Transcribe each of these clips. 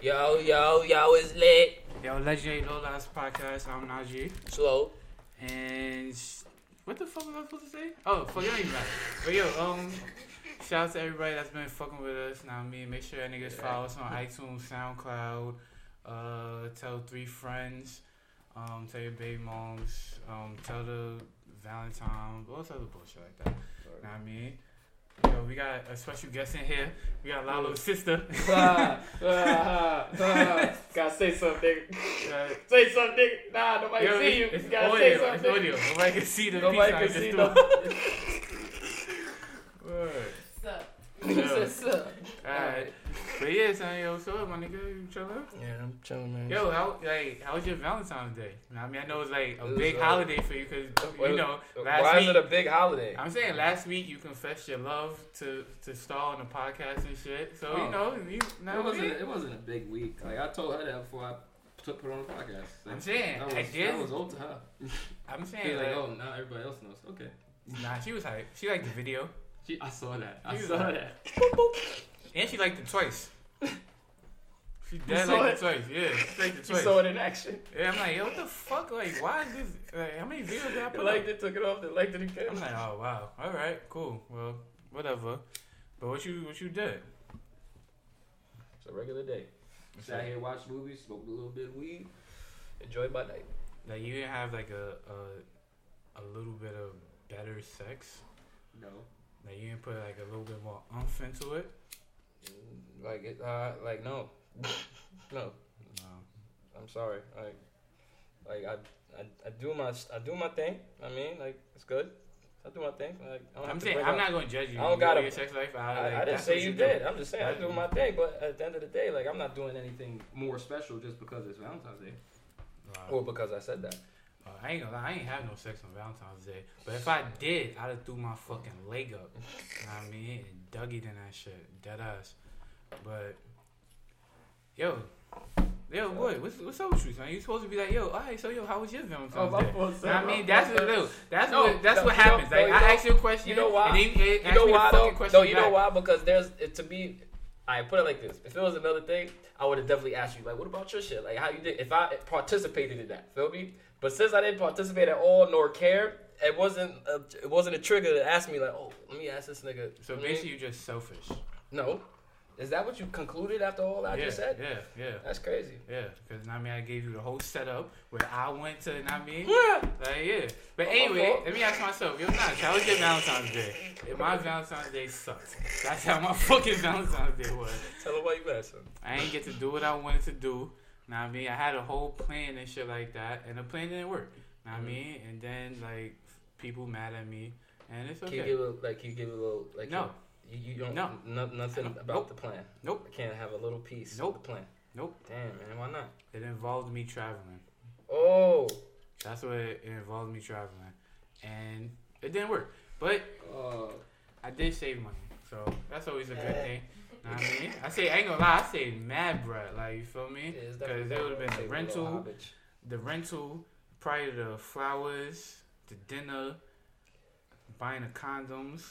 Yo, yo, yo, it's lit. Yo, Legendary Low Lives Podcast. I'm Najee. Slow. And sh- what the fuck was I supposed to say? Oh, fuck, you ain't right. But yo, um, shout out to everybody that's been fucking with us. Now, I mean, make sure that niggas follow us on iTunes, SoundCloud. Uh, tell three friends. Um, tell your baby moms. Um, tell the Valentine. What's other bullshit like that? Know what I mean? Yo, we got a special guest in here. We got Lalo's sister. ah, ah, ah. Gotta say something. Uh, Say something. Nah, nobody Yo, see you. It's, you it's gotta audio. say something. It's audio. Nobody can see the Nobody piece I can see just nothing. threw. Word. Sup? Yeah. Sup? Alright. But yeah, son, yo, what's up, my nigga? You chillin'? Yeah, I'm chilling, man. Yo, how like how was your Valentine's Day? I mean, I know it's like a It was, big uh, holiday for you because well, you know last why is week. it a big holiday? I'm saying last week you confessed your love to to Star on the podcast and shit. So Oh. you know you now It wasn't. It wasn't a big week. Like I told her that before I put, put on the podcast. Like, I'm saying that was, I that did. was old to her. I'm She saying was like, like, oh, now everybody else knows. Okay. nah, she was hype. She liked the video She, I saw that. I You was saw like- that. and she liked it twice. She You dead saw liked it twice. Yeah, she liked it She twice. saw it in action. Yeah, I'm like, yo, what the fuck? Like, why is this? Like, how many videos did I They put liked like it, took it off, they liked it I'm again. like, oh wow, all right, cool. Well, whatever. But what you what you did? It's a regular day. Sat here, watched movies, smoked a little bit of weed. Enjoy my night. Like, you didn't have like a a, a little bit of better sex. No. Like, you didn't put like a little bit more umph into it. Mm, Like, it, uh, like no. no. No. I'm sorry. Like, like I, I, I do my, I do my thing. I mean, like it's good. I do my thing. Like I don't I'm have to saying bring I'm up- not gonna judge you. I don't You gotta- your sex life. I, like, I, I didn't that's what say you do. did. I'm just saying I Right. do my thing. But at the end of the day, like I'm not doing anything. More special just because it's Valentine's Day. Wow. Well, because I said that. Uh, I ain't gonna lie, I ain't have no sex on Valentine's Day. But if I did, I'd have threw my fucking leg up. You know what I mean? And Dougie than that shit. Dead ass. But yo. Yo, boy, what's what's up with you, son? You supposed to be like, yo, alright, so yo, how was your Valentine's Day? Oh, fault. You know what I mean, that's what no, that's No, what that's no, what you know- happens. no, like you I know- ask you a question, you know why? and then you a- You ask know me the why fucking though? question No, you know back. why? Because there's it, to be. I put it like this: If it was another thing, I would have definitely asked you, like, what about your shit? Like, how you did? If I participated in that, feel me? But since I didn't participate at all nor care, it wasn't a, it wasn't a trigger to ask me, like, oh, let me ask this nigga. So I mean, basically, you're just selfish. no, is that what you concluded after all I yeah, just said? yeah, yeah, That's crazy. yeah. Because I mean, I gave you the whole setup where I went to. I mean, Yeah. Like yeah, but Oh, anyway, oh. let me ask myself, yo, Nash, how was your Valentine's Day? If my Valentine's Day sucked, that's how my fucking Valentine's Day was. Tell him why you mad, son. I ain't get to do what I wanted to do. Now I mean, I had a whole plan and shit like that, and the plan didn't work. Know what I Mhm. mean, and then like people mad at me, and it's Can you give a okay. like? Can you give a little like? No, You, you don't. No. no- nothing Nope. about the plan. Nope. I can't have a little piece. of Nope. The plan. Nope. Damn man, why not? it involved me traveling. Oh. That's what it it involved me traveling, and it didn't work. But Uh, Oh. I did save money, so that's always a good thing. Know what I mean, I say I ain't gonna lie, I saved mad, bruh. Like you feel me? Because there would have been the rental, the rental, prior to the flowers, the dinner, buying the condoms,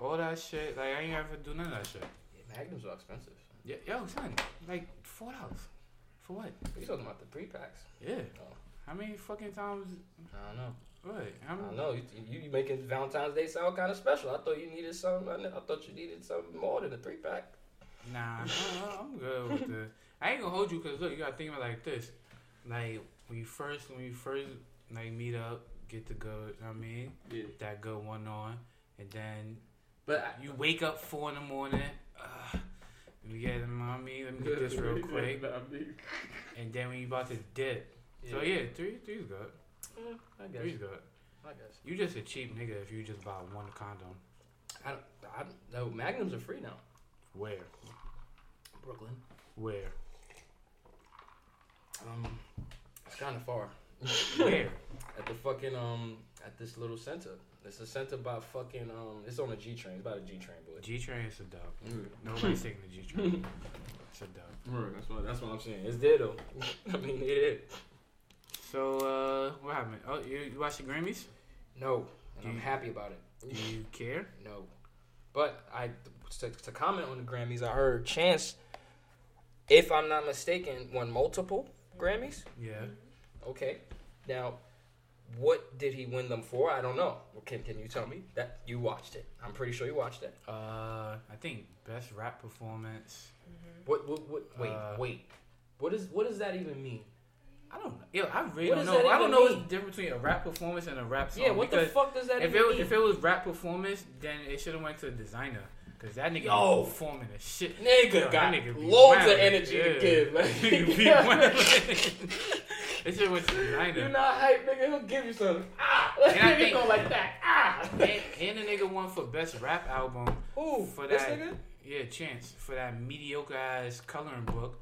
all that shit. Like I ain't ever do none of that shit. Magnums are expensive. Yeah, yo, son, like four dollars for what? You talking about the pre packs? Yeah. Oh. How many fucking times? I don't know. What? How I many? don't know. You, you, you making Valentine's Day sound kind of special. I thought you needed something. I thought you needed something more than a three pack. Nah, I- I'm good with the. I ain't gonna hold you because look, you gotta think about it like this. Like when you first, when you first like meet up, get the good. I mean, Yeah. that good one on, and then But I, you wake up four in the morning. Uh, let me get, I mean, let me get this real quick, Nah, I mean, and then when you about to dip. So yeah, three, three's good. I guess. Three's good. I guess. You just a cheap nigga if you just buy one condom. I don't. I don't, no, Magnums are free now. Where? Brooklyn. Where? Um, it's kind of far. Where? At the fucking um, at this little center. It's a center by fucking um. It's on a G train. It's about a G train, boy. G train is a dub. Mm. Nobody's taking the G train. It's a dub. Right, That's what. That's That's what what I'm I'm saying. saying. It's there though. I mean, it is. So, uh, what happened? Oh, you, you watched the Grammys? No, and I'm Mm. happy about it. Do you care? No, but I to, to comment on the Grammys, I heard Chance if I'm not mistaken, won multiple Grammys. Yeah. Okay. Now, what did he win them for? I don't know. Can Can you tell me that you watched it? I'm pretty sure you watched it. Uh, I think best rap performance. What? What? what wait, Uh, wait. What is? What does that even mean? I don't know. Yo, I really What don't does that know. I even don't know what's mean? the difference between a rap performance and a rap song. yeah. What the because fuck does that If even it, mean? if it was rap performance, then it should have went to the designer. Cause that nigga Yo. be performing the shit. Nigga Yo, that got nigga be loads wildin'. of energy Yeah. to give. Like, Nigga be wildin'. it should went to the designer. You're not hype, nigga. He'll give you something. Ah, And I nigga think- go like that. Ah. and, and the nigga won for best rap album. Who? For this that- nigga? Yeah, Chance for that mediocre ass coloring book.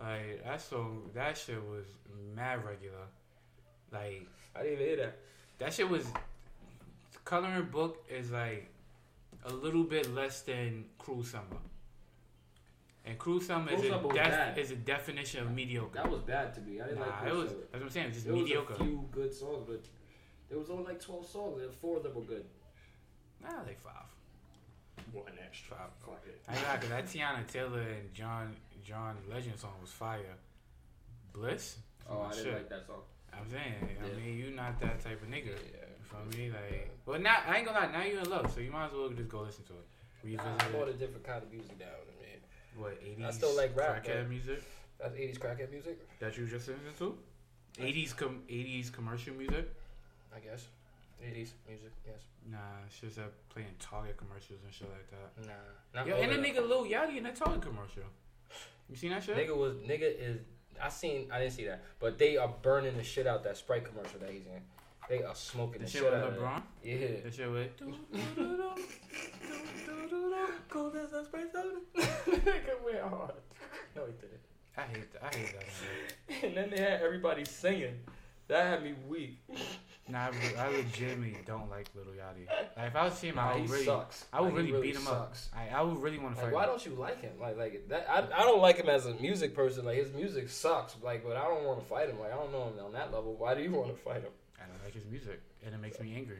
Like that song, that shit was mad regular. Like I didn't even hear that. that shit was coloring book is like a little bit less than Cruel Summer. And Cruel Summer is Cruel Summer a was def- bad. is a definition of mediocre. That was bad to me. I didn't like Nah, that it was. shit. That's what I'm saying. It's just There was mediocre. a few good songs, but there was only like 12 songs, and four of them were good. Nah, like five. One extra. Five. Fuck it. I know because that Tiana Taylor and John John Legend song was fire. Bliss. Oh, I Shit. didn't like that song. I'm saying. Yeah. I mean, you not that type of nigga. You feel Yeah. me? Like, well, now I ain't gonna lie. Now you in love, so you might as well just go listen to it. Revisit Nah, I brought it. a different kind of music down, man. What 80s I still like rap, crackhead but- music That's 80s crackhead music, that you just listened to. 80s com 80s commercial music. I guess. 80s music, yes. Nah, it's just uh, playing Target commercials and shit like that. Nah. Not Yo, all and the of that. nigga Lil Yachty in that Target commercial. You seen that shit? Nigga was nigga is I seen I didn't see that, but they are burning the shit out that Sprite commercial that he's in. They are smoking the, the shit, shit with out of that. LeBron. Yeah. That shit with. Cold as that Sprite soda. Nigga went hard. No, he didn't. I hate that. I hate that. shit. And then they had everybody singing. That had me weak. Nah, I, re- I legitimately don't like Little Yachty. Like if I was him, Nah, I he would really, sucks. I would Like, he really, beat him sucks. up. I, I would really want to Like, fight. why him. don't you like him? Like, like that. I, I don't like him as a music person. Like his music sucks. Like, but I don't want to fight him. Like I don't know him on that level. Why do you want to fight him? I don't like his music, and it makes me angry.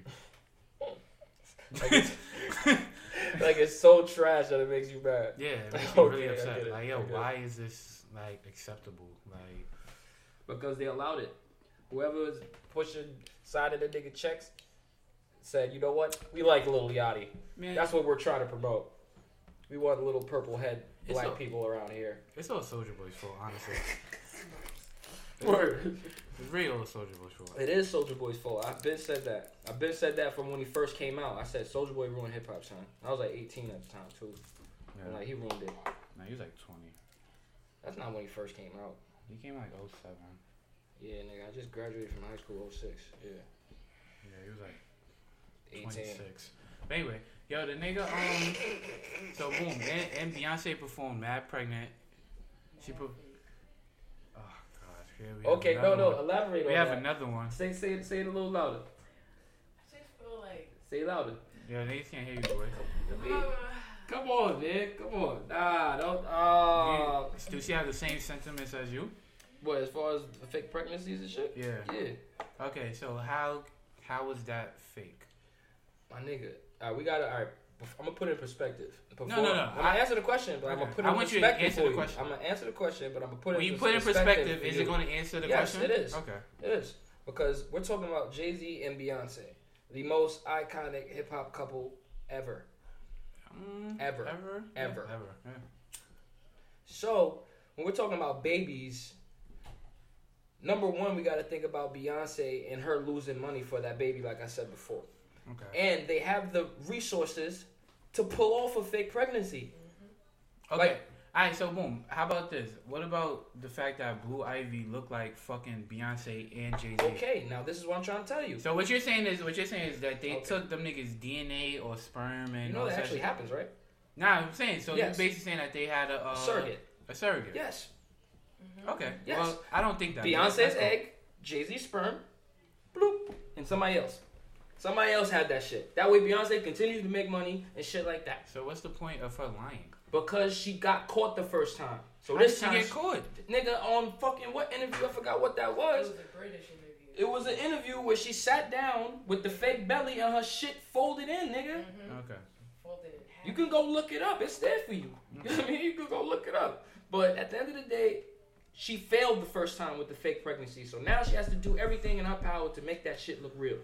Like it's, like it's so trash that it makes you mad. Yeah, it makes me really Okay, I get upset. it, Like, I yo, get it. why is this like acceptable? Like, Because they allowed it. Whoever's Pushing side of the nigga checks said, you know what? We like Lil Yachty. man, That's what we're trying to promote. We want little purple head It's black a- people around here. it's all Soldier Boy's fault, honestly. Word. It's really all Soldier Boy's fault. It is Soldier Boy's fault. I've been said that. I've been said that from when he first came out. I said Soldier Boy ruined hip hop, son. I was like 18 at the time too. Yeah. And like he ruined it. no, he was like twenty. That's not when he first came out. He came like 07. Yeah, nigga, I just graduated from high school 06. Yeah. Yeah, he was like 18. 26. But anyway, yo, the nigga, um, so boom, and, and Beyonce performed Mad Pregnant. She per- Oh, God. Here we have Okay, no, another no, one. elaborate We on have that. another one. say say it say it a little louder. I just feel like. Say it louder. Yo, niggas can't hear you, boy. Come on, man. Come on. Nah, don't. Uh, You- Do she have the same sentiments as you? what as far as fake pregnancies and shit? Yeah. Yeah, Okay, so how how was that fake? My nigga, all right, we gotta. All right, I'm gonna put it in perspective. Before, no, no. I'm gonna answer the question, but I'm gonna Okay. put I it in want you perspective to answer for the you. question. I'm gonna answer the question, but I'm gonna put it. When you in put it in perspective, is for it you. going to answer the yes, question? it is. Okay. It is because we're talking about Jay Z and Beyonce, the most iconic hip hop couple ever. Mm, Ever. Ever. Ever. Yeah, ever. Yeah. So when we're talking about babies, number one, we gotta think about Beyonce and her losing money for that baby, like I said before. Okay. And they have the resources to pull off a fake pregnancy. Okay. Like- all right, so boom. How about this? What about the fact that Blue Ivy looked like fucking Beyonce and Jay Z? Okay, now this is what I'm trying to tell you. So what you're saying is what you're saying is that they Okay. took them niggas DNA or sperm and You know all that that actually shit. happens, right? Nah, I'm saying so. Yes. You're basically saying that they had a uh, Surrogate. A surrogate. Yes. Okay. Yes. Well, I don't think that. Beyonce's That's cool. egg, Jay Z's sperm, bloop, and somebody else. Somebody else had that shit. That way Beyonce continues to make money and shit like that. So what's the point of her lying? Because she got caught the first time. So How did this she time, get caught? nigga, on fucking what interview? I forgot what that It was. was a British interview. It was an interview where she sat down with the fake belly and her shit folded in, nigga. Mm-hmm. Okay. Folded in half. You can go look it up. It's there for you. You know what I mean? You can go look it up. But at the end of the day, she failed the first time with the fake pregnancy, so now she has to do everything in her power to make that shit look real,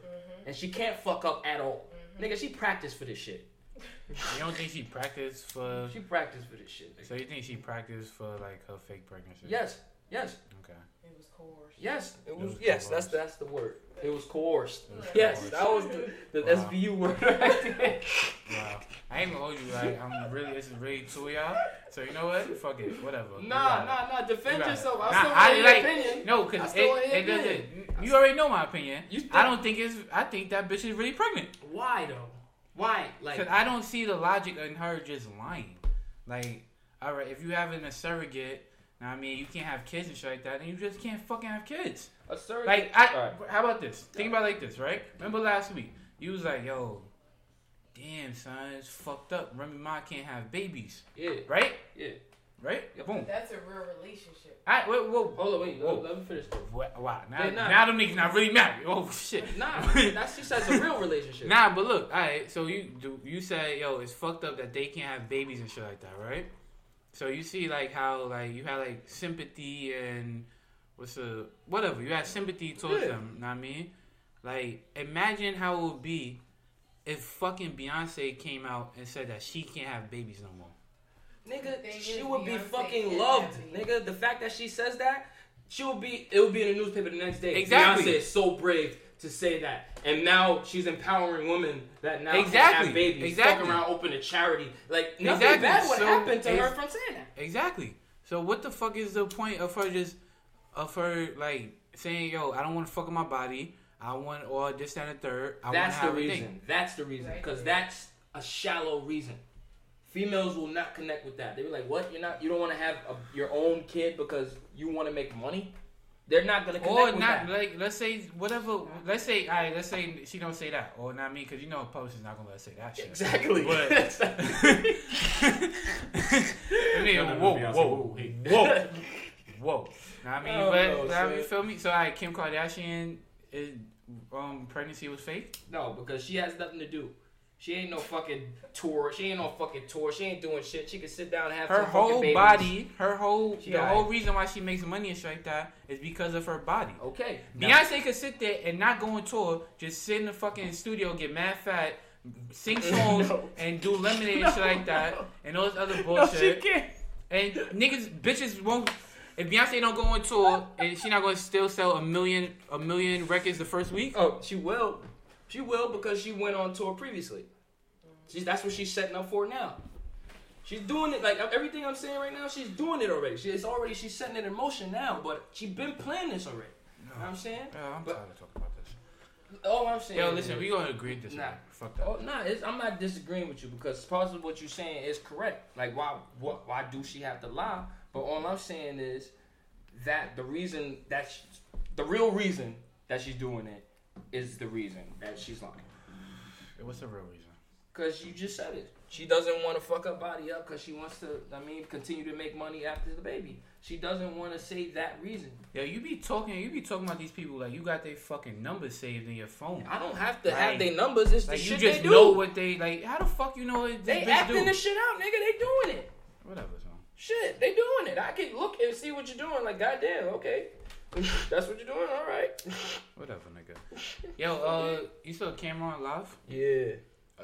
and she can't fuck up at all. Nigga, she practiced for this shit. You don't think she practiced for? She practiced for this shit. nigga. So you think she practiced for like her fake pregnancy? Yes, yes, Okay. It was coerced. yes. It was was yes. That's coerced. that's the word. It was coerced. It was Yes, coerced. that was the, the Wow. SVU word right there. Wow. I ain't gonna hold you. Like I'm really, this is really two of y'all. So you know what? Fuck it. Whatever. You Nah, got it. nah, nah. Defend Nah, yourself. nah, I still I want your like- opinion. No, I because it, still wanna hear it doesn't. opinion. you- You already know my opinion. You think- I don't think it's. I think that bitch is really pregnant. Why though? Why? Because Like, I don't see the logic in her just lying. Like, all right, if you having a surrogate, know what I mean, you can't have kids and shit like that, and you just can't fucking have kids. a surrogate. Like, I, All how about this? Think about it like this, right? Remember last week, you was like, yo, damn son, it's fucked up. Remy Ma can't have babies, yeah, right? yeah. Right? Yep. Boom. That's a real relationship. I, whoa, whoa. Hold on, wait. Let, Whoa. let me finish. This. Wha- Wow, now, They're not. now them niggas not really married. Oh shit. Nah, that's just as a real relationship. Nah, but look, all right. So you do you said yo, it's fucked up that they can't have babies and shit like that, right? So you see like how like you had like sympathy and what's the whatever you had sympathy towards Yeah. them. Know what I mean, like imagine how it would be if fucking Beyonce came out and said that she can't have babies no more. Nigga, Thing she is, would be Beyonce fucking is loved. happy. Nigga, the fact that she says that, she will be. It will be in the newspaper the next day. Exactly. Beyonce is so brave to say that, and now she's empowering women that now can Exactly. have babies, Exactly. fuck around, open a charity. Like nothing Exactly. bad would So, happen to her it's- from saying that. Exactly. So what the fuck is the point of her just of her like saying yo, I don't want to fuck up my body. I want or this that, and the third. I want That's to the have a reason. thing. That's the reason. Right Because there. that's a shallow reason. Females will not connect with that. They be like, "What? You're not. You don't want to have a, your own kid because you want to make money." They're not gonna connect Or with not that. like let's say whatever let's say all right let's say she don't say that or not me because you know a publisher's not gonna let us say that shit. Exactly. But- I mean, No, no, no, whoa, Beyonce, whoa, whoa, hey. whoa, whoa. Know what I mean, Oh, but no, know what I mean, shit. you feel me? So I Kim Kardashian is um pregnancy was fake. No, because she has nothing to do. She ain't no fucking tour. She ain't no fucking tour. She ain't doing shit. She can sit down and have Her some fucking whole babies. body, her whole She the alright. whole reason why she makes money and shit like that is because of her body. Okay. Beyonce could sit there and not go on tour, just sit in the fucking studio, get mad fat, sing songs, No. and do lemonade and shit like that, and all this other No, she bullshit. can't. and niggas, bitches won't. If Beyonce don't go on tour, and she not gonna still sell a million, a million records the first week. Oh, she will. She will because she went on tour previously. She's, that's what she's setting up for now. She's doing it like everything I'm saying right now. She's doing it already. She, it's already she's setting it in motion now. But she been planning this already. You know what I'm saying. Yo, I'm But- tired of talking about this. Oh, I'm saying. Yo, listen, we gonna agree this. Nah. Nah. Fuck that. Oh no, it's, I'm not disagreeing with you because part of what you're saying is correct. Like why what why do she have to lie? But all I'm saying is that the reason that she, the real reason that she's doing it is the reason that she's lying. What's the real reason? Cause you just said it. She doesn't want to fuck her body up because she wants to. I mean, continue to make money after the baby. She doesn't want to say that reason. Yo, you be talking, you be talking about these people like you got their fucking numbers saved in your phone. I don't have to have Right. their numbers. It's the Like you shit just they do. know what they like. How the fuck you know what this they bitch acting do? this shit out, nigga. They doing it. Whatever, son. Shit, they doing it. I can look and see what you're doing. Like, goddamn, okay. That's what you're doing, all right. Whatever, nigga. Yo, uh, you saw Cameron live? Yeah.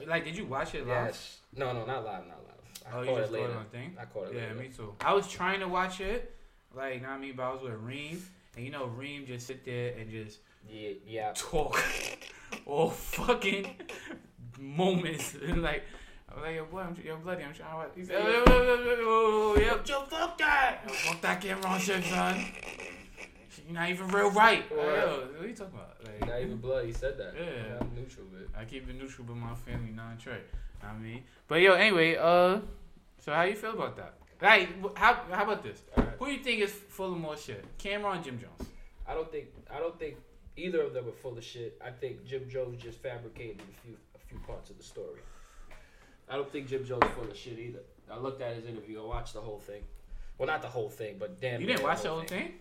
Like, did you watch it live? Yes. No, no, not live, not live. I Oh, you caught it just caught later. it on thing? I caught it Yeah, later. me too. I was trying to watch it, like, know what I mean? But I was with Reem, and you know, Reem just sit there and just Yeah, yeah. talk all fucking moments. And, like, I was like, yo, boy, I'm, yo, bloody, I'm trying to watch. He said, oh, oh, oh, oh, yep. Yo, fuck that! Yo, fuck that Cameron shit, son. You're not even real right. Like, Right. yo, what are you talking about? Like, Not even blood, he said that. Yeah. I'm neutral, man. I keep it neutral, but my family non-Trey. I mean, but yo, anyway, uh, so how you feel about that? Like, wh- how how about this? Alright. Who do you think is full of more shit, Cameron or Jim Jones? I don't think I don't think either of them are full of shit. I think Jim Jones just fabricated a few a few parts of the story. I don't think Jim Jones is full of shit either. I looked at his interview. I watched the whole thing. Well, not the whole thing, but damn. You near didn't watch the whole thing?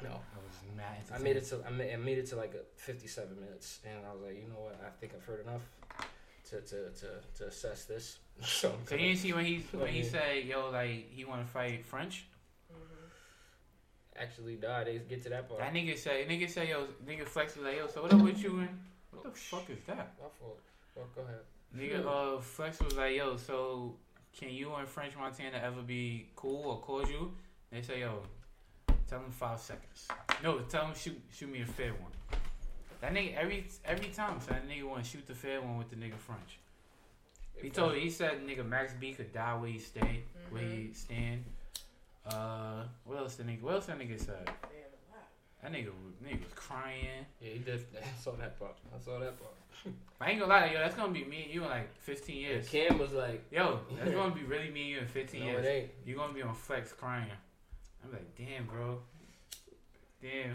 No. I was mad. I made it to I made, I made it to like a 57 minutes, and I was like, you know what? I think I've heard enough to to, to, to assess this. So, I'm So you gonna- didn't see when he when he Yeah. said, "Yo, like he want to fight French." Mm-hmm. actually die. They get to that part. That nigga say, nigga say, yo, nigga flex was like, yo, so what up with you and what the fuck is that? My fault. Well, go ahead. Nigga, uh, Flex was like, yo, so can you and French Montana ever be cool or cordial? They say, yo, tell him five seconds. No, tell him shoot, shoot me a fair one. That nigga, every every time, so that nigga want to shoot the fair one with the nigga French. He told, he said, nigga, Max B could die where he stay, where he stand. Uh, what else the nigga? What else that nigga said? Damn a lot. That nigga, was- nigga was crying. Yeah, he did. I saw that part. I saw that part. I ain't gonna lie, yo, that's gonna be me and you in like 15 years. Cam was like, Yo, that's gonna be really me and you in 15 "No, years. it ain't." You're gonna be on flex crying. I'm like, damn, bro. Damn.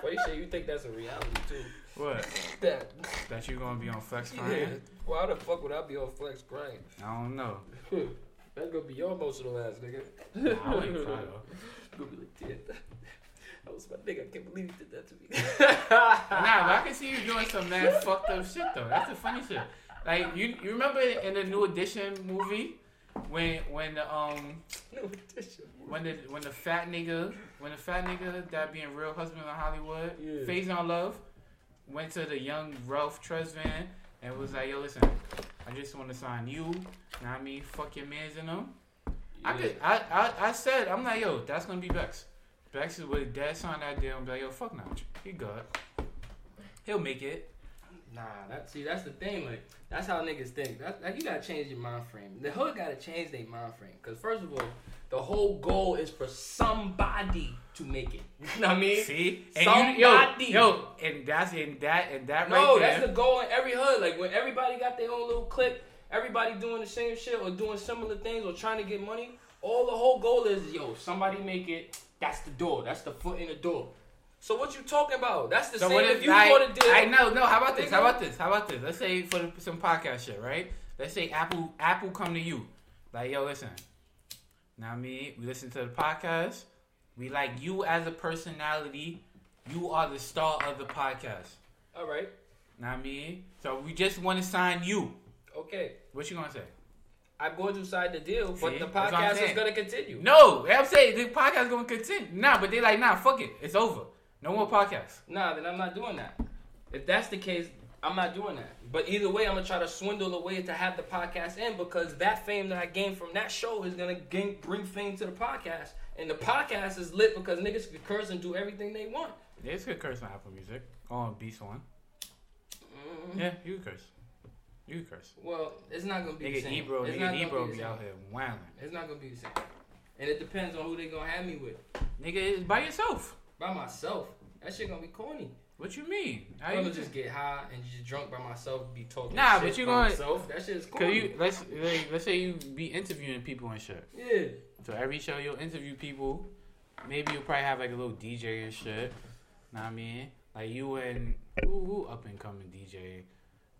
What you say? You think that's a reality too? What? That. That you gonna be on flex Yeah. crying? Why the fuck would I be on flex crying? I don't know. That's gonna be your emotional ass, nigga. Nah, I wouldn't cry though. Gonna be like, "Damn, that was my nigga. I can't believe he did that to me." Nah, but I can see you doing some mad fucked up shit though. That's the funny shit. Like you, you remember in the New Edition movie when when the um no, that's your- when the when the fat nigga when the fat nigga that being real husband in Hollywood, Yeah. Phase on Love, went to the young Ralph Tresvant and was like, "Yo, listen, I just want to sign you. Now I mean, fuck your man's in them." I Yeah. could, I, I, I said, I'm like, "Yo, that's gonna be Bex. Bex is with dad signed that deal. I'm like, yo, fuck Notch. He good. He'll make it. Nah, that see, that's the thing. Like, that's how niggas think. That, like, you gotta change your mind frame. The hood gotta change their mind frame. Cause first of all, the whole goal is for somebody to make it. You know what I mean? See, and you, yo, Somebody. yo, and that's in that and that right no, there. that's the goal in every hood. Like when everybody got their own little clique, everybody doing the same shit or doing similar things or trying to get money. All the whole goal is, yo, somebody make it. That's the door. That's the foot in the door. So what you talking about? That's the So same. what If if you I, go to deal, I know, no. How about this? How about this? How about this? Let's say for the, some podcast shit, right? Let's say Apple Apple come to you, like yo, listen. Now me, we listen to the podcast. We like you as a personality. You are the star of the podcast. All right. Now me, so we just want to sign you. Okay. What you gonna say? I'm going to sign the deal, but See? the That's what I'm podcast is saying. gonna continue. No, I'm saying the podcast gonna continue. Nah, but they like nah, fuck it, it's over. No more podcast. Nah, then I'm not doing that. If that's the case, I'm not doing that. But either way, I'm gonna try to swindle a way to have the podcast in because that fame that I gained from that show is gonna gain, bring fame to the podcast, and the podcast is lit because niggas can curse and do everything they want. It's good curse on Apple Music. On Beast One. Yeah, you can curse. You can curse. Mm-hmm. Well, it's not gonna be the Nigga same. Ebro, it's not nigga gonna Ebro the be same. out here wilding. It's not gonna be the same. And it depends on who they gonna have me with. Nigga it's by yourself. By myself, that shit gonna be corny. What you mean? How I'm you gonna just get high and just drunk by myself, be talking. Nah, shit but you by gonna- myself. That shit is Cause corny. you let's like, let's say you be interviewing people and shit. yeah. So every show you'll interview people. Maybe you'll probably have like a little DJ and shit. Know what I mean? Like you and who, who up and coming DJ?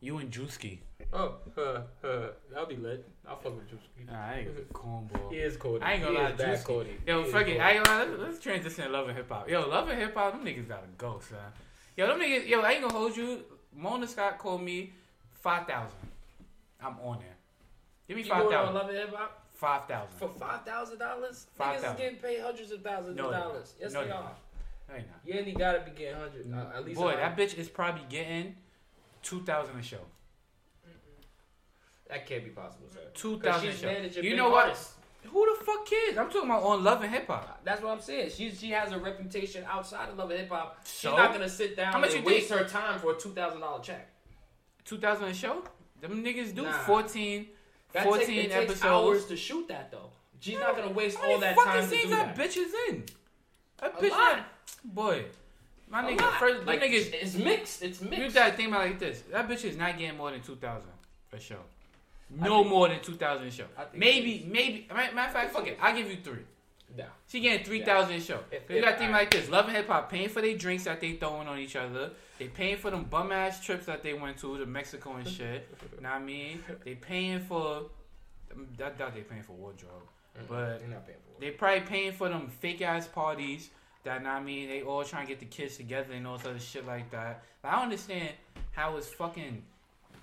You and Drewski. Oh, huh, huh. I'll be lit. I'll fuck with Juice. Nah, I ain't a cornball. He is Cody. I ain't gonna he lie, is bad Juicy. Cody. Yo, He is fuck it. Cody. I ain't gonna lie. Let's, let's transition to love and hip hop. Yo, love and hip hop, them niggas gotta go, son. Yo, them niggas, yo, I ain't gonna hold you. Mona Scott called me 5,000. I'm on there. Give me You going on 5,000. Love and Hip Hop 5,000. for five thousand dollars? Niggas is 5,000. getting paid hundreds of thousands No, of they not. dollars. Yes, No, they they are. not. No, you're not. You ain't even gotta be getting hundred. Uh, at least Boy, a that hundred. bitch is probably getting 2,000 a show. that can't be possible, sir. 2,000 a she's mad at show. your You big know what? artist. Who the fuck cares? I'm talking about on love and hip hop. That's what I'm saying. She she has a reputation outside of love and hip hop. She's So? not gonna sit down How much and you waste her time for a two thousand dollar check. 2,000 a show? Them niggas do Nah. 14, That 14 take, it takes episodes. hours to shoot that though. She's not gonna waste How all many that fucking time to do scenes that. that bitch is in? That A bitch, lot. not- boy, my A nigga, lot. first, them like, niggas, it's mixed. It's mixed. you gotta think about it like this. That bitch is not getting more than two thousand a show. No more than two thousand a show. I think Maybe, maybe. Matter matter of fact, fuck it. I will give you three. Nah. She getting three thousand a show. If- you if gotta think I- like this. Love and hip hop paying for their drinks that they throwing on each other. They paying for them bum ass trips that they went to to Mexico and shit. know what I mean? They paying for. I doubt they paying for wardrobe, but You're not paying for it. they probably paying for them fake ass parties. That know what I mean, they all trying to get the kids together and all this other shit like that. Like, I don't understand how it's fucking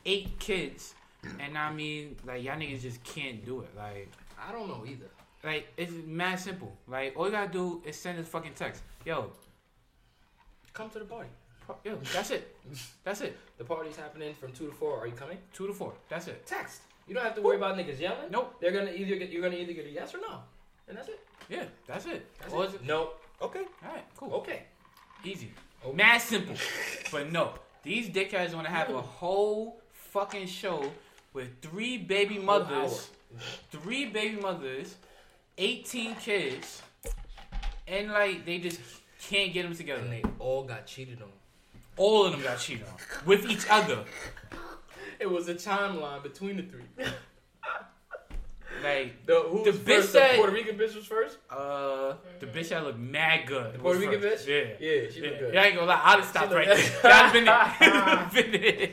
eight kids, and I mean, like y'all niggas just can't do it. Like I don't know either. like it's mad simple. Like all you gotta do is send this fucking text. Yo, Come to the party. pro- yo, that's it. That's it. The party's happening from two to four. Are you coming? Two to four. That's it. Text. You don't have to worry about niggas yelling. Nope. They're gonna either get you're gonna either get a yes or no, and that's it. Yeah, that's it. That's All it. No. Okay. right, cool. Okay. Easy. Oh. Mad simple. but no, these dickheads want to have a whole fucking show with three baby mothers, three baby mothers, 18 kids, and like they just can't get them together. And they all got cheated on. All of them got cheated on with each other. It was a timeline between the three. Like, The who The was bitch first? said- the Puerto Rican bitch was first. uh, the bitch that looked mad good. Puerto was Rican first. bitch. Yeah. Yeah, she Yeah, looked good. y'all ain't gonna lie, I'd have stopped She right looked- there. I'd have been there. been there.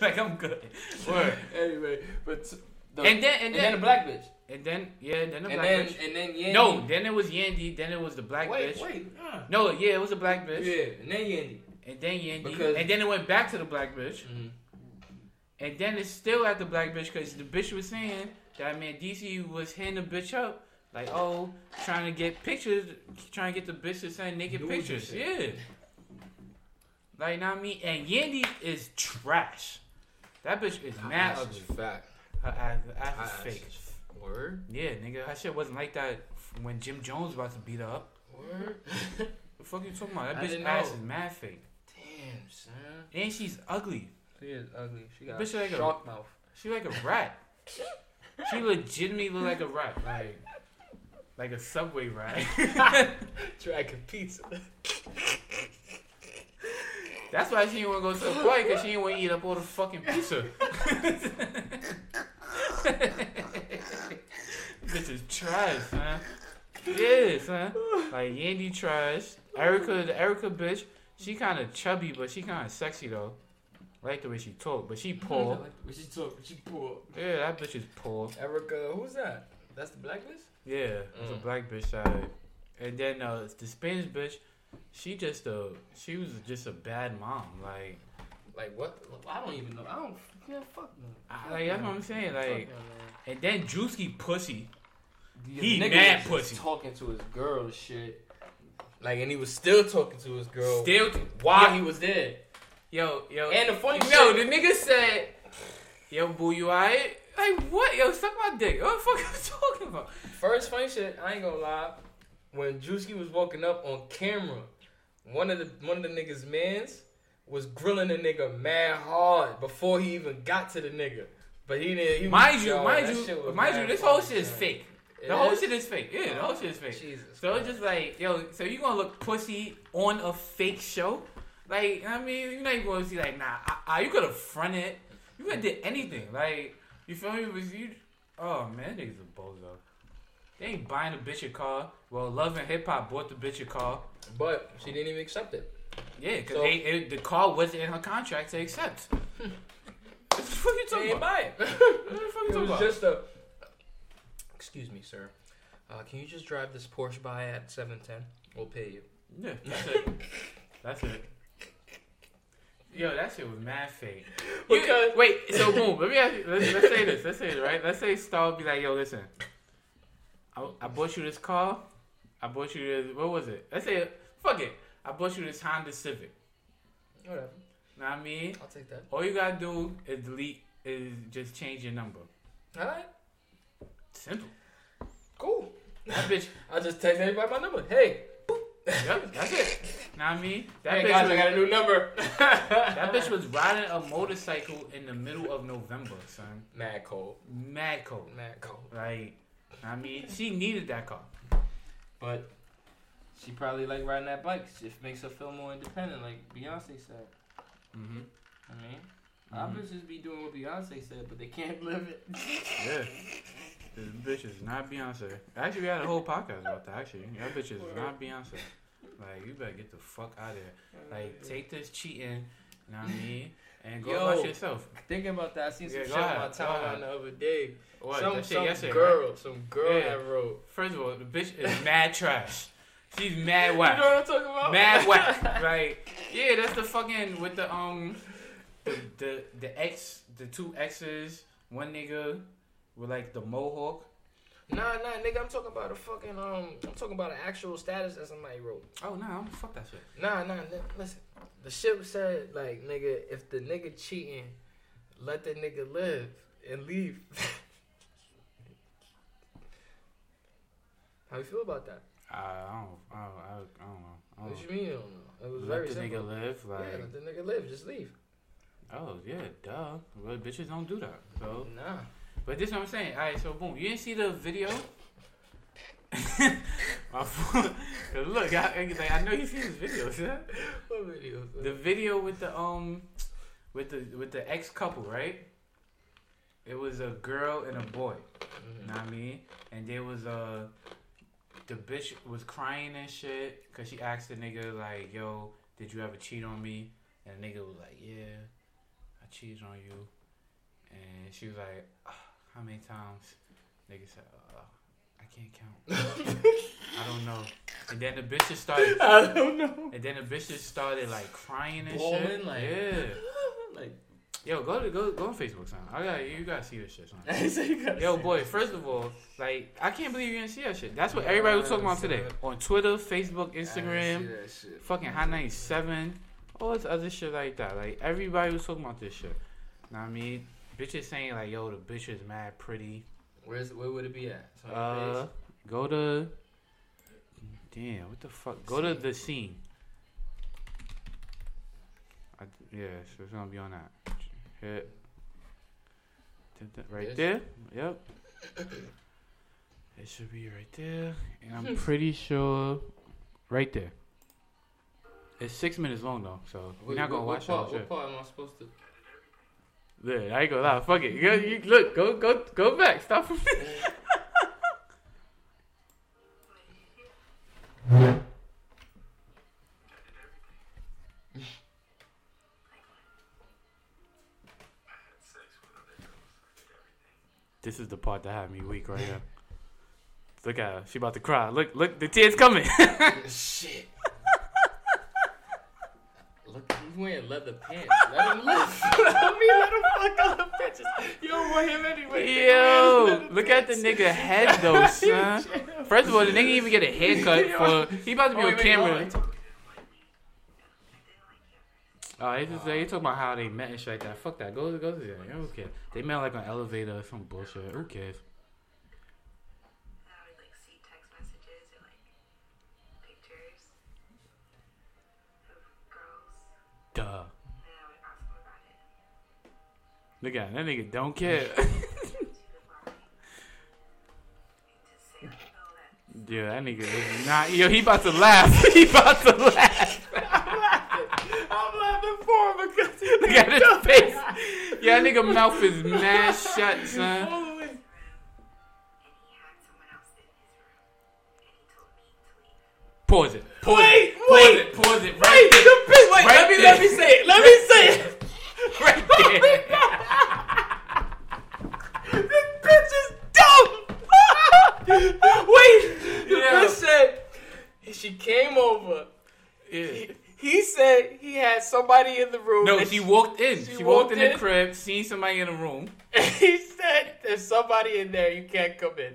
Like, I'm good. Word. Anyway, but the, And then, and and then, then the black bitch. And then yeah, then the and black then bitch. and then Yandy. No, then it was Yandy, then it was the black wait, bitch. wait. Nah. No, yeah, it was a black bitch. Yeah, and then Yandy. And then Yandy. Because- and then it went back to the black bitch. Mhm. And then it's still at the black bitch because the bitch was saying that man DC was hitting the bitch up. Like, oh, trying to get pictures, trying to get the bitch to send naked Nudes and pictures. Yeah. shit. Like, know what I mean? And Yandy is trash. That bitch is mad ugly. fact. Her ass, her ass I is fake. Word. Yeah, nigga, that shit wasn't like that f- when Jim Jones about to beat her up. Word. The fuck you talking about? That I bitch didn't ass know. is mad fake. Damn, son. And she's ugly. She is ugly. She Bitch like a- mouth. She like a rat. she legitimately look like a rat. Like like a subway rat. Dragon pizza. That's why she didn't want to go to the party because she didn't want to eat up all the fucking pizza. Bitch is trash, man. Yeah, son. Like Yandy trash. Erica, the Erica bitch. She kind of chubby, but she kind of sexy though. I like the way she talk, but she poor. She took. She poor. Yeah, that bitch is poor. Erica, who's that? That's the black bitch. Yeah, it's a Mm. black bitch side. And then uh, it's the Spanish bitch, she just a she was just a bad mom. Like, Like what? I don't even know. I don't. Yeah, fuck no. I, like that's what I'm saying. Like, and then Drewski pussy. Yeah, He the nigga mad was pussy. Talking to his girl and shit. Like, and he was still talking to his girl Still, while he was there. yo yo. And the funny yo, shit, the nigga said, yo boo, you alright? Like what? Yo, suck my dick. What the fuck you talking about? first funny shit, I ain't gonna lie. When Juicy was walking up on camera, one of the one of the niggas' mans was grilling the nigga mad hard before he even got to the nigga. But he didn't. He Mind was, you, yo, mind that shit you, was mind mad you. This whole funny, shit is son. fake. It The whole is? shit is fake. Yeah, the whole shit is fake. Jesus. So it's just like, yo, so you gonna look pussy on a fake show? Like, I mean, you're not even gonna see like, nah, I, I, you could have fronted. You could have did anything. Like, you feel me? Was you? Oh man, niggas a bozo. They ain't buying a bitch a car. Well, Love and Hip Hop bought the bitch a car. But she didn't even accept it. Yeah, cause So- they, it, the car wasn't in her contract to accept. what the fuck you She talking didn't about? buy it. What the fuck you It talking was about? just a. Excuse me, sir. Uh, can you just drive this Porsche by at seven ten? We'll pay you. Yeah, that's it. that's it. Yo, that shit was mad fake. You- Because- wait, so boom. Let me ask you, let's, let's say this. Let's say it right. Let's say Star would be like, yo, listen, I, I bought you this car. I bought you this. What was it? Let's say, fuck it. I bought you this Honda Civic. Whatever. Know what I mean? I'll take that. All you gotta do is delete. Is just change your number. All right. Simple. Cool. That bitch. I'll just text everybody my number. Hey. Yep. That's it. Know what I mean? That Hey bitch. guys, was- I got a new number. That bitch was riding a motorcycle in the middle of November, son. Mad cold. Mad cold. Mad cold. Like, I mean, she needed that car. But she probably like riding that bike. It makes her feel more independent, like Beyonce said. Mm-hmm. I mean, our bitches be doing what Beyonce said, but they can't live it. Yeah. This bitch is not Beyonce. Actually, we had a whole podcast about that. Actually, that bitch is not Beyonce. Like, you better get the fuck out of there. Like, take this cheating, you know what I mean, and go Yo. watch yourself. Thinking about that, I seen some Yeah, shit on go my ahead, go ahead. timeline the other day. What? some that shit some yesterday, right? girl, some girl Yeah. that wrote. First of all, the bitch is mad trash. She's mad You know what whack. I'm talking about? Mad whack. Like, yeah, that's the fucking with the um, the the the ex, the two exes, one nigga with like the mohawk. Nah, nah, nigga, I'm talking about a fucking um, I'm talking about an actual status that somebody wrote. Oh no, nah, fuck that shit. Nah, nah, li- listen. The ship said like, nigga, if the nigga cheating, let the nigga live and leave. How you feel about that? I I don't, I don't, I don't- I don't know. I don't What know. you mean you don't know? It was Let very the simple. nigga live, like. yeah, let the nigga live. Just leave. Oh yeah, duh. But bitches don't do that. So, Nah. but this is what I'm saying. All right, so boom, you didn't see the video. My phone. Look, I, I- like, I know you see this video. Yeah? What video? son? The video with the um, with the with the ex couple, right? It was a girl and a boy. You know what I mean? And there was a. The bitch was crying and shit because she asked the nigga, like, yo, did you ever cheat on me? And the nigga was like, yeah, I cheated on you. And she was like, "Ah, how many times? Nigga said, uh, I can't count. I don't know. And then the bitch just started. I don't know. And then the bitch just started like crying and shit. Bawling, like- yeah. like, Yo, go to go go on Facebook, son. I got you gotta see this shit, son. I said you gotta Yo, say- boy, first of all, like, I can't believe you didn't see that shit. That's what everybody was talking about today. On Twitter, Facebook, Instagram, fucking Hot 97, all this other shit like that. Like, everybody was talking about this shit. Know what I mean? Bitches saying, like, yo, the bitch is mad pretty. Where's where would it be at? It's on your Uh, face? go to. Damn, what the fuck? Go to the scene. I, yeah, so it's gonna be on that. Hit. Did that- Right This? there. Yep. It should be right there, and I'm pretty sure, right there. It's six minutes long though, so we're Wait, not gonna what- watch what all part, shit. What part am I supposed to? Look, I ain't gonna lie. Fuck it. You, you- look, go, go, go back. Stop. this is the part that had me weak right here. Look at her. She about to cry. Look, look. The tears coming. Shit. Look, he's wearing leather pants. Let him live. I mean, let him fuck other bitches. You don't want him anyway. Yo, look at the nigga head though, son. First of all, the nigga even get a haircut for. He about to be Oh, on wait, wait, camera. hold on. Oh, they just they talking about how they met and shit like that. Fuck that. Go go to there. Who cares? They met like on an elevator or some bullshit. Who cares? I would like see text messages or like pictures of girls, Duh. and I would ask them about it. Look at him. that nigga. Don't care. To lie and to say like, oh, that yeah, that nigga is not. Yo, he about to laugh. he about to laugh. I'm laughing for him because he Look at his face. Yeah, that nigga mouth is mad shut, son. following. and he had someone else in his room, and he told me to leave. Pause it. Pause Wait, it. Pause wait. it. Pause it. Wait, Right the bitch. Wait, Right let me there. let me say it. Let me say it. there. Right there. This bitch is dumb. Wait, the Yeah. bitch said she came over. Yeah. He said he had somebody in the room. No, and she walked in. She, she walked, walked in, the in? crib, seen somebody in the room, he said there's somebody in there. You can't come in.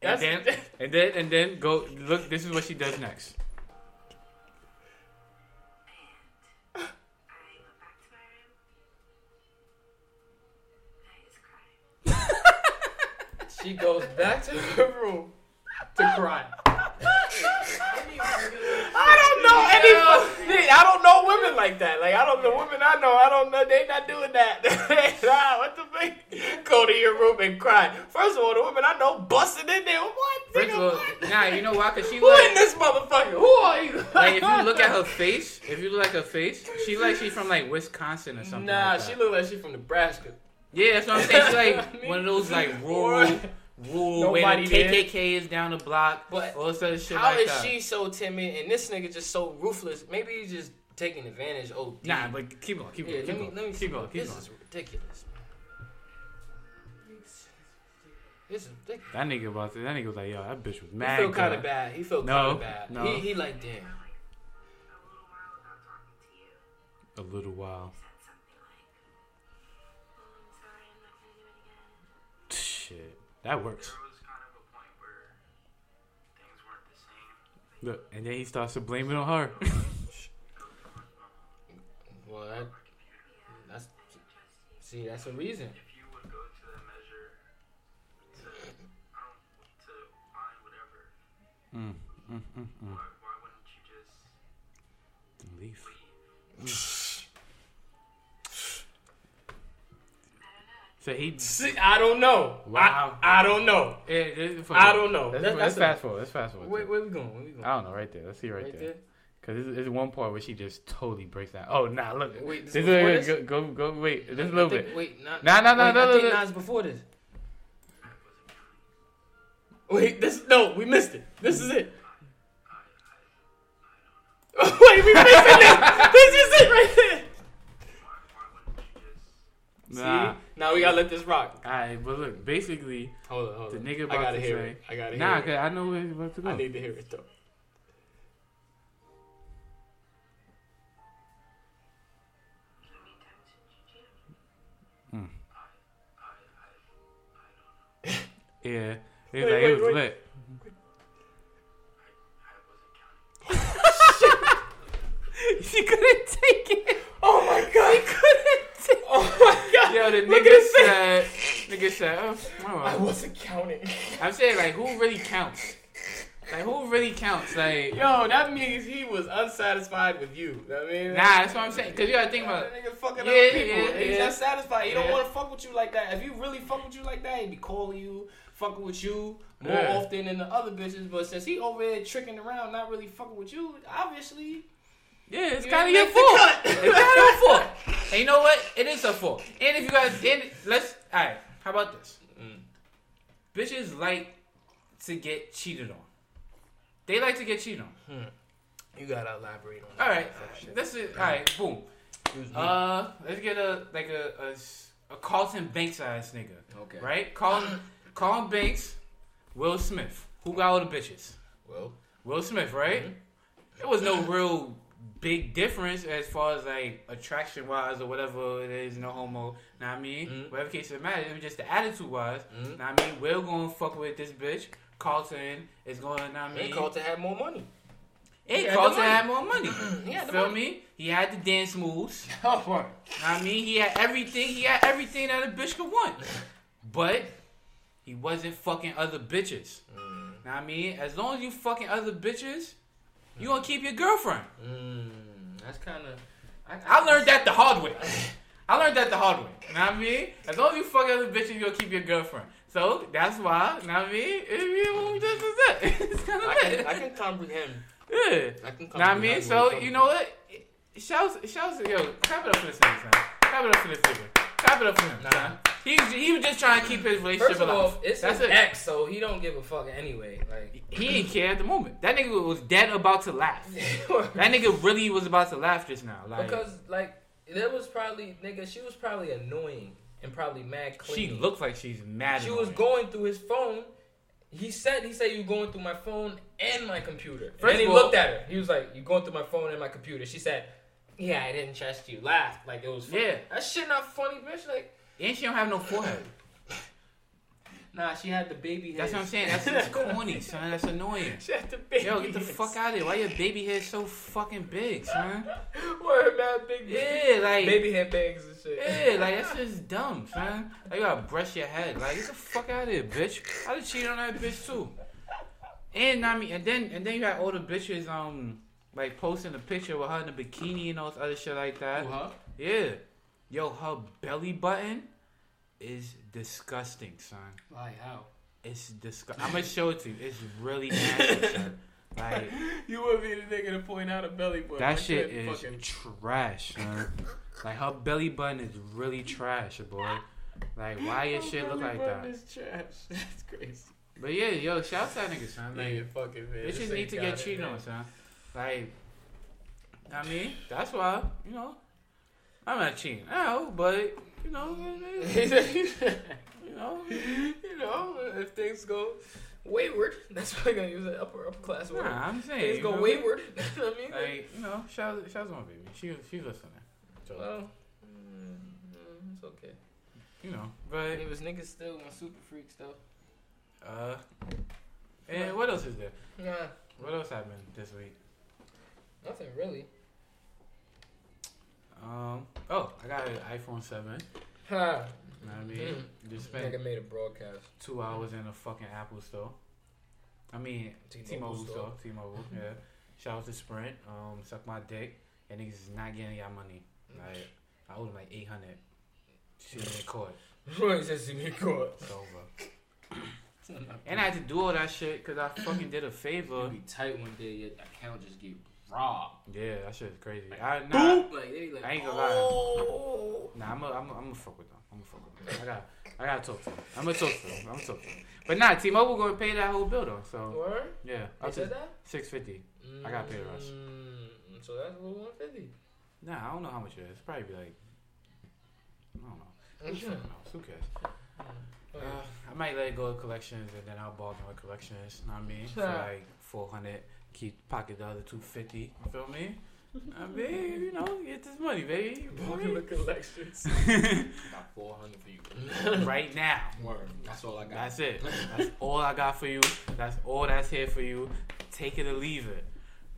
and That's then, and then and then go look. This is what she does next. I went back to my room, and I just cried. She goes back to the room. to cry. I don't know any. I don't know women like that. Like I don't know women I know. I don't know. They not doing that. nah, what the fuck? Go to your room and cry. First of all, the women I know busting in there. What? First Nigga, of all, what? nah, you know why? Cause she Who in like, this motherfucker? Who are you? like if you look at her face, if you look at her face, she like she from like Wisconsin or something. Nah, like that. she look like she from Nebraska. Yeah, that's what I'm saying. She like one of those like rural, rural where the Nobody there. KKK is down the block, But all this other shit How like is that. she so timid and this nigga just so ruthless? Maybe he's just taking advantage. Oh, Nah, but keep on, keep on, yeah. keep Let me on, let me keep on, keep This on. is ridiculous. man. This is ridiculous. That nigga about to, that nigga was like, yo, that bitch was He mad. felt kind girl. of bad. He felt No, kind of bad. no. He, he like damn. A little while without talking to you, A little while. said something like, "Oh, I'm sorry, I'm not gonna do it again." Shit, that works. There was kind of a point Look, and then he starts to blame it on her. Well, that, that's see, that's a reason. If you would go to the measure to, I don't, mm, mm, to find whatever, mm, mm. why, why wouldn't you just Leave. So he. See, I don't know. Wow. I, I don't know. Yeah, this- I don't know. eh, That- Let's, let's that's a- fast forward. Let's fast forward. Where, where we going? Where we going? I don't know. Right there. Let's see right, Right there. there. Cause it's, it's one part where she just totally breaks down. Oh nah, look. Wait, this this before is, this? go, go go wait. Just a little I think- bit. Wait, not, Nah, nah, nah, wait, nah, I nah, think nah. Nas before this. Wait, this no, we missed it. This is it. wait, we missing this. This is it right here. Nah. See, now we gotta let this rock. Alright, but look, basically, Hold on, hold The on. nigga I about gotta to hear say- it. I gotta nah, hear cause it. I know where it's about to go. I need to hear it though. yeah, it Wait, was like wait, it was wait. lit. She couldn't take it. Oh my god. She couldn't take Oh my god. Yo, the Look at nigga his face. said, nigga said, oh, I well. wasn't counting. I'm saying like, who really counts? Like, who really counts? Like, Yo, that means he was unsatisfied with you. Know what I mean? nah, that's what I'm saying. Cause you gotta think about. That nigga fucking Yeah, other people. yeah, He's yeah. not satisfied. He don't Yeah. want to fuck with you like that. If you really fuck with you like that, he'd be calling you, fucking with you more Yeah. often than the other bitches. But since he over there tricking around, not really fucking with you, obviously Yeah, it's you kind of didn't make your the fault. cut. It's not her fault. And you know what? It is her fault. And if you guys, and let's, all right, how about this? Bitches like to get cheated on. They like to get cheated on. You gotta elaborate on All right, this is all right. Boom. Excuse me. Uh, let's get a like a a, s- a Carlton Banks ass nigga, okay. right? Carlton Carlton Banks, Will Smith. Who got all the bitches? Well, Will Smith, right? Mm-hmm. There was no real big difference as far as like attraction wise or whatever it is, no homo. Know what I mean? Mhm. Whatever case it matters, it was just the attitude wise. Mhm. Know what I mean? Will gonna fuck with this bitch. Carlton is going, know what I man, mean? Carlton had more money. and had the Carlton money. had more money. He had the Feel money. me? He had the dance moves. How I mean, he had everything. He had everything that a bitch could want, but he wasn't fucking other bitches. Mm. Know what I mean, as long as you fucking other bitches, you gonna keep your girlfriend. Mm, that's kind of. I, I learned that the hard way. I learned that the hard way. Know what I mean, as long as you fucking other bitches, you gonna keep your girlfriend. So that's why. Know what I mean, it, it, this is it. It's kind of I can, it. I can comprehend. yeah. I can comprehend. Know what I mean? where you're So, coming you know what? Shouts, shouts, yo, clap it up for this nigga, son. Clap it up for this nigga. Clap it up for him, Nah. son. He, was- he was just trying to keep his relationship First of alive. all, it's That's his it. ex, so he don't give a fuck anyway. Like, He didn't care at the moment. That nigga was dead about to laugh. That nigga really was about to laugh just now. Like, because like there was probably nigga, she was probably annoying and probably mad she clingy. looked like she's mad. She at was him. going through his phone. He said, he said, you going through my phone and my computer. First and then he of all- looked at her. He was like, you going through my phone and my computer. She said, yeah, I didn't trust you. Laugh like it was. Funny. Yeah. that shit not funny, bitch. Like, And she don't have no forehead. nah, she had the baby. That's what I'm saying. That's, that's corny, son. That's annoying. She had the baby. Yo, get the hairs. fuck out of here. Why your baby hair so fucking big, son? Word, man, big Yeah, like. baby handbags and shit. Yeah, like that's just dumb, son. Like you gotta brush your head. Like get the fuck out of here, bitch. I done cheated on that bitch too. And I mean, and then and then you got all the bitches um like posting a picture with her in a bikini and all this other shit like that. Yeah, yo, her belly button is disgusting, son. Like how? It's disgusting. I'm gonna show it to you. It's really nasty, son. Like You would be the nigga to point out a belly button. that shit is trash, man. like her belly button is really trash, boy. Like why your shit look like that? Is trash. That's crazy. But yeah, yo, shout out niggas, son. Like fucking man. bitches need to get cheated on, son. Like I mean, that's why, you know. I'm not cheating now, but you know, you know, you know, if things go wayward, that's why I'm gonna use an upper upper class word. nah, I'm saying things you go know, wayward. That's what I mean. Like, you know, shout out shout out to my baby. She she's listening. So well, mm, mm, it's okay. you know, but It was niggas still on super freaks though. uh and what else is there? Nah, What else happened this week? Nothing really. Um. Oh, I got an iPhone seven. Ha. You know what I Mm. mean? Just Nigga spent made a broadcast. two hours in a fucking Apple store. I mean, T-Mobile store. T-Mobile. Yeah. Shout out to Sprint. Um, suck my dick. And niggas is not getting y'all money. Mm. Like, I owe them like eight hundred. Shit, get caught. Roy says to me, "Court." It's over. And I had to do all that shit because I fucking did a You'll favor. be tight one day, your account just get robbed. Yeah, that shit is crazy. I nah, Like, they be like, I ain't gonna lie. oh. Nah, I'm gonna I'm I'm fuck with them. I'm gonna fuck with them. I got I gotta talk to them. I'm gonna talk to them. I'm gonna talk to them. But nah, T-Mobile gonna pay that whole bill though. So Word? yeah, I up said to that? six fifty. I gotta pay the rest. Mm, So that's a little 150. Nah, I don't know how much it is. It's probably be like I don't know. Who fucking knows? Who cares? Uh, I might let it go to collections and then I'll bargain with collections. Know what I mean? For Sure. like four hundred, keep pocket the other two fifty. You feel me? I mean, you know, get this money, baby. Walking the collections. Got 400 for you. right now. Word. That's all I got. That's it. That's all I got for you. That's all that's here for you. Take it or leave it.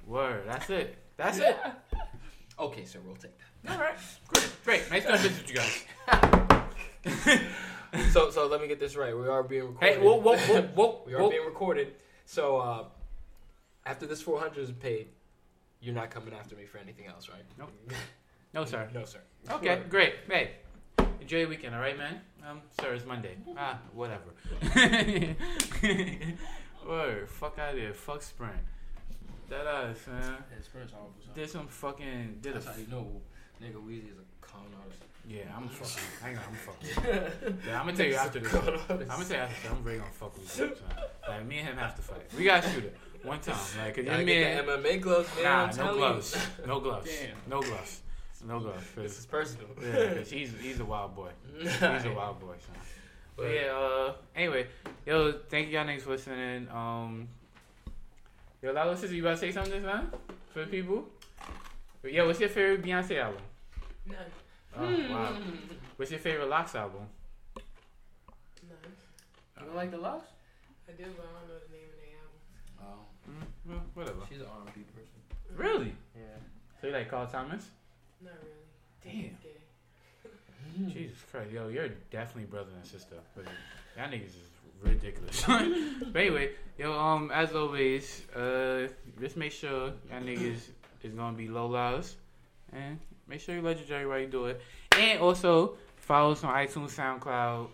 Word. That's it. That's it. okay, so we'll take that. All right. Great. Great. Nice to visit you guys. So, so let me get this right. We are being recorded. Hey, whoa, whoa, whoa, whoa. we are whoa. being recorded. So, uh, after this 400 is paid, you're not coming after me for anything else, right? Nope. No, sir. No, sir. Okay. Great. Hey. Enjoy your weekend, all right, man? Um, sir, it's Monday. Ah, whatever. Word. Fuck out of here. Fuck Sprint. That ass, man. His friend's horrible. son. Did some fucking. Did a. That's how you know nigga Weezy is a con artist. Yeah, I'm fucking. Hang on, I'm fucking. Yeah, I'm gonna tell you after this. I'm gonna tell you after this. I'm really gonna fuck with you. son. Like me and him have to fight. We gotta shoot it one time. Like, cause your Gotta get man. the MMA gloves, man. Nah, I'm no telling gloves. You. No gloves. Damn. No gloves. No gloves. 'Cause- This is personal. yeah, 'cause he's he's a wild boy. He's a wild boy. Son. But yeah. Uh. Anyway, yo, thank y'all niggas for listening. Um. Yo, Lalo, sister, you about to say something, man? For the people. Yo, what's your favorite Beyonce album? None. Oh, wow. What's your favorite Locks album? None. You don't like the locks? I do, but I don't know the name of the album. Oh. Hmm, Well, whatever. She's an R&B person. Really? Yeah. So you like Carl Thomas? Not really. Damn. Gay. Jesus Christ, yo, you're definitely brother and sister. But that niggas is ridiculous. but anyway, yo, um, as always, uh, just make sure that niggas is gonna be low lows, and make sure you legendary while you do it, and also follow us on iTunes, SoundCloud,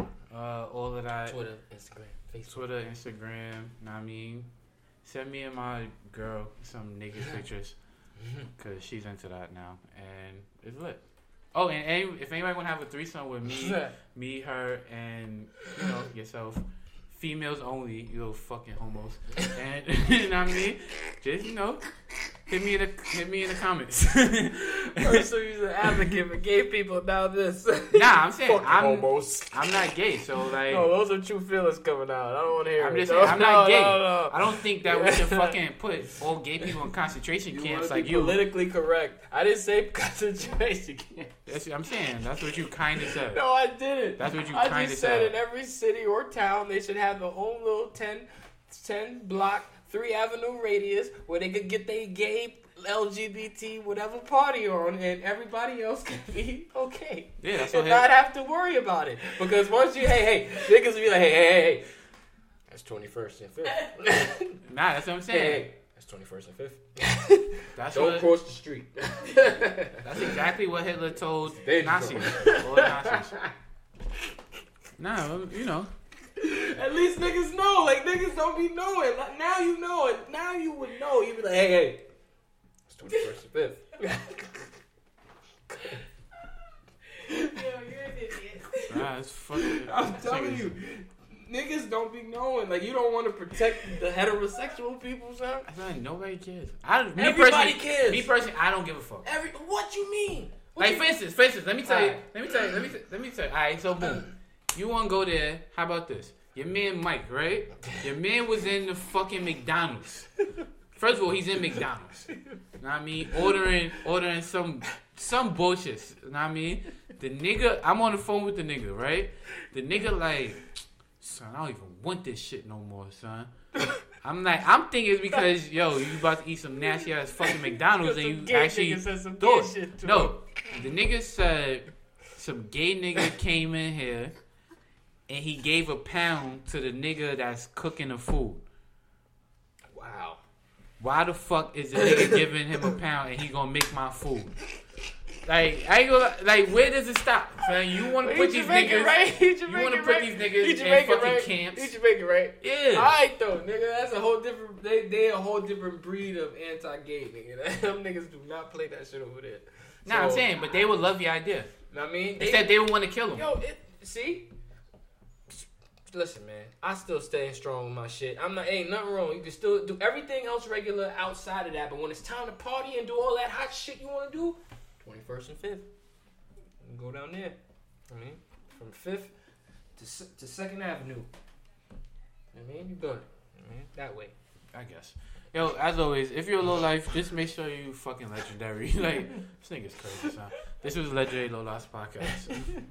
Oh, uh, all of that. Twitter, Instagram, Facebook. Twitter, Instagram, know what I mean? Send me and my girl some naked pictures because she's into that now and it's lit. Oh, and any, if anybody want to have a threesome with me, me, her, and you know yourself, females only, you little fucking homos, and you know what I mean? Just you know, hit me in the hit me in the comments. First, so he's an advocate for gay people. Now this. nah, I'm saying Fucking I'm homos. I'm not gay, so like No, uh, those are true feelings coming out. I don't want to hear I'm it. just no, saying, I'm not no, gay. No, no. I don't think that we should fucking put all gay people in concentration You camps wanna like be you. politically correct. I didn't say concentration camp. That's, I'm saying that's what you kind of said. No, I didn't. That's what you I kinda just said said. in every city or town they should have their own little 10, 10 block, three avenue radius where they could get their gay LGBT whatever party on, and everybody else can be okay. Yeah, that's what and hip- not have to worry about it because once you hey hey niggas will be like hey hey hey, hey. that's twenty first and fifth hey Nah, that's what I'm saying. hey that's twenty first and fifth That's don't what. cross the street That's exactly what Hitler told There you Nazis. All Nazis. Nah, well, you know. At least niggas know. Like niggas don't be knowing. Like, now you know it. Now you would know. You'd be like, hey, hey. It's twenty first and fifth. Yo, you're an idiot. Nah, it's fucking. I'm that's telling niggas- you, niggas don't be knowing. Like you don't want to protect the heterosexual people, son. I feel like nobody cares. I, me Everybody personally, cares. Me personally, I don't give a fuck. Every what you mean? What Like you- for instance, for instance, let me tell you, Alright. let me tell you, let me t- let me tell you. All right, so boom, you want to go there? How about this? Your man Mike, right? Your man was in the fucking McDonald's. First of all, he's in McDonald's. Know what I mean? Ordering, ordering some some bullshit. Know what I mean? The nigga, I'm on the phone with the nigga, right? The nigga like, son, I don't even want this shit no more, son. I'm like, I'm thinking it's because yo, you about to eat some nasty ass fucking McDonald's and you actually thought. No, the nigga said some gay nigga came in here and he gave a pound to the nigga that's cooking the food. Wow. Why the fuck is the nigga giving him a pound and he gonna make my food? Like I ain't gonna like where does it stop? So you wanna put these niggas right? You wanna put these niggas in fucking right? camps? You Jamaican, right? Yeah. All right, though, nigga. That's a whole different. They they a whole different breed of anti-gay, nigga. Them niggas do not play that shit over there. Nah, I'm So, saying, but they would love your idea. know what I mean, They said they would want to kill him. Yo, it, see? Listen, man. I still staying strong with my shit. I'm not ain't nothing wrong. You can still do everything else regular outside of that, but when it's time to party and do all that hot shit you want to do, 21st and 5th. You Go down there. I mean, from 5th to Se- to 2nd Avenue. I mean, you good. I mean, that way. I guess. Yo, as always, if you're low life, just make sure you fucking legendary. like this nigga's crazy. Son. This was legendary low life podcast.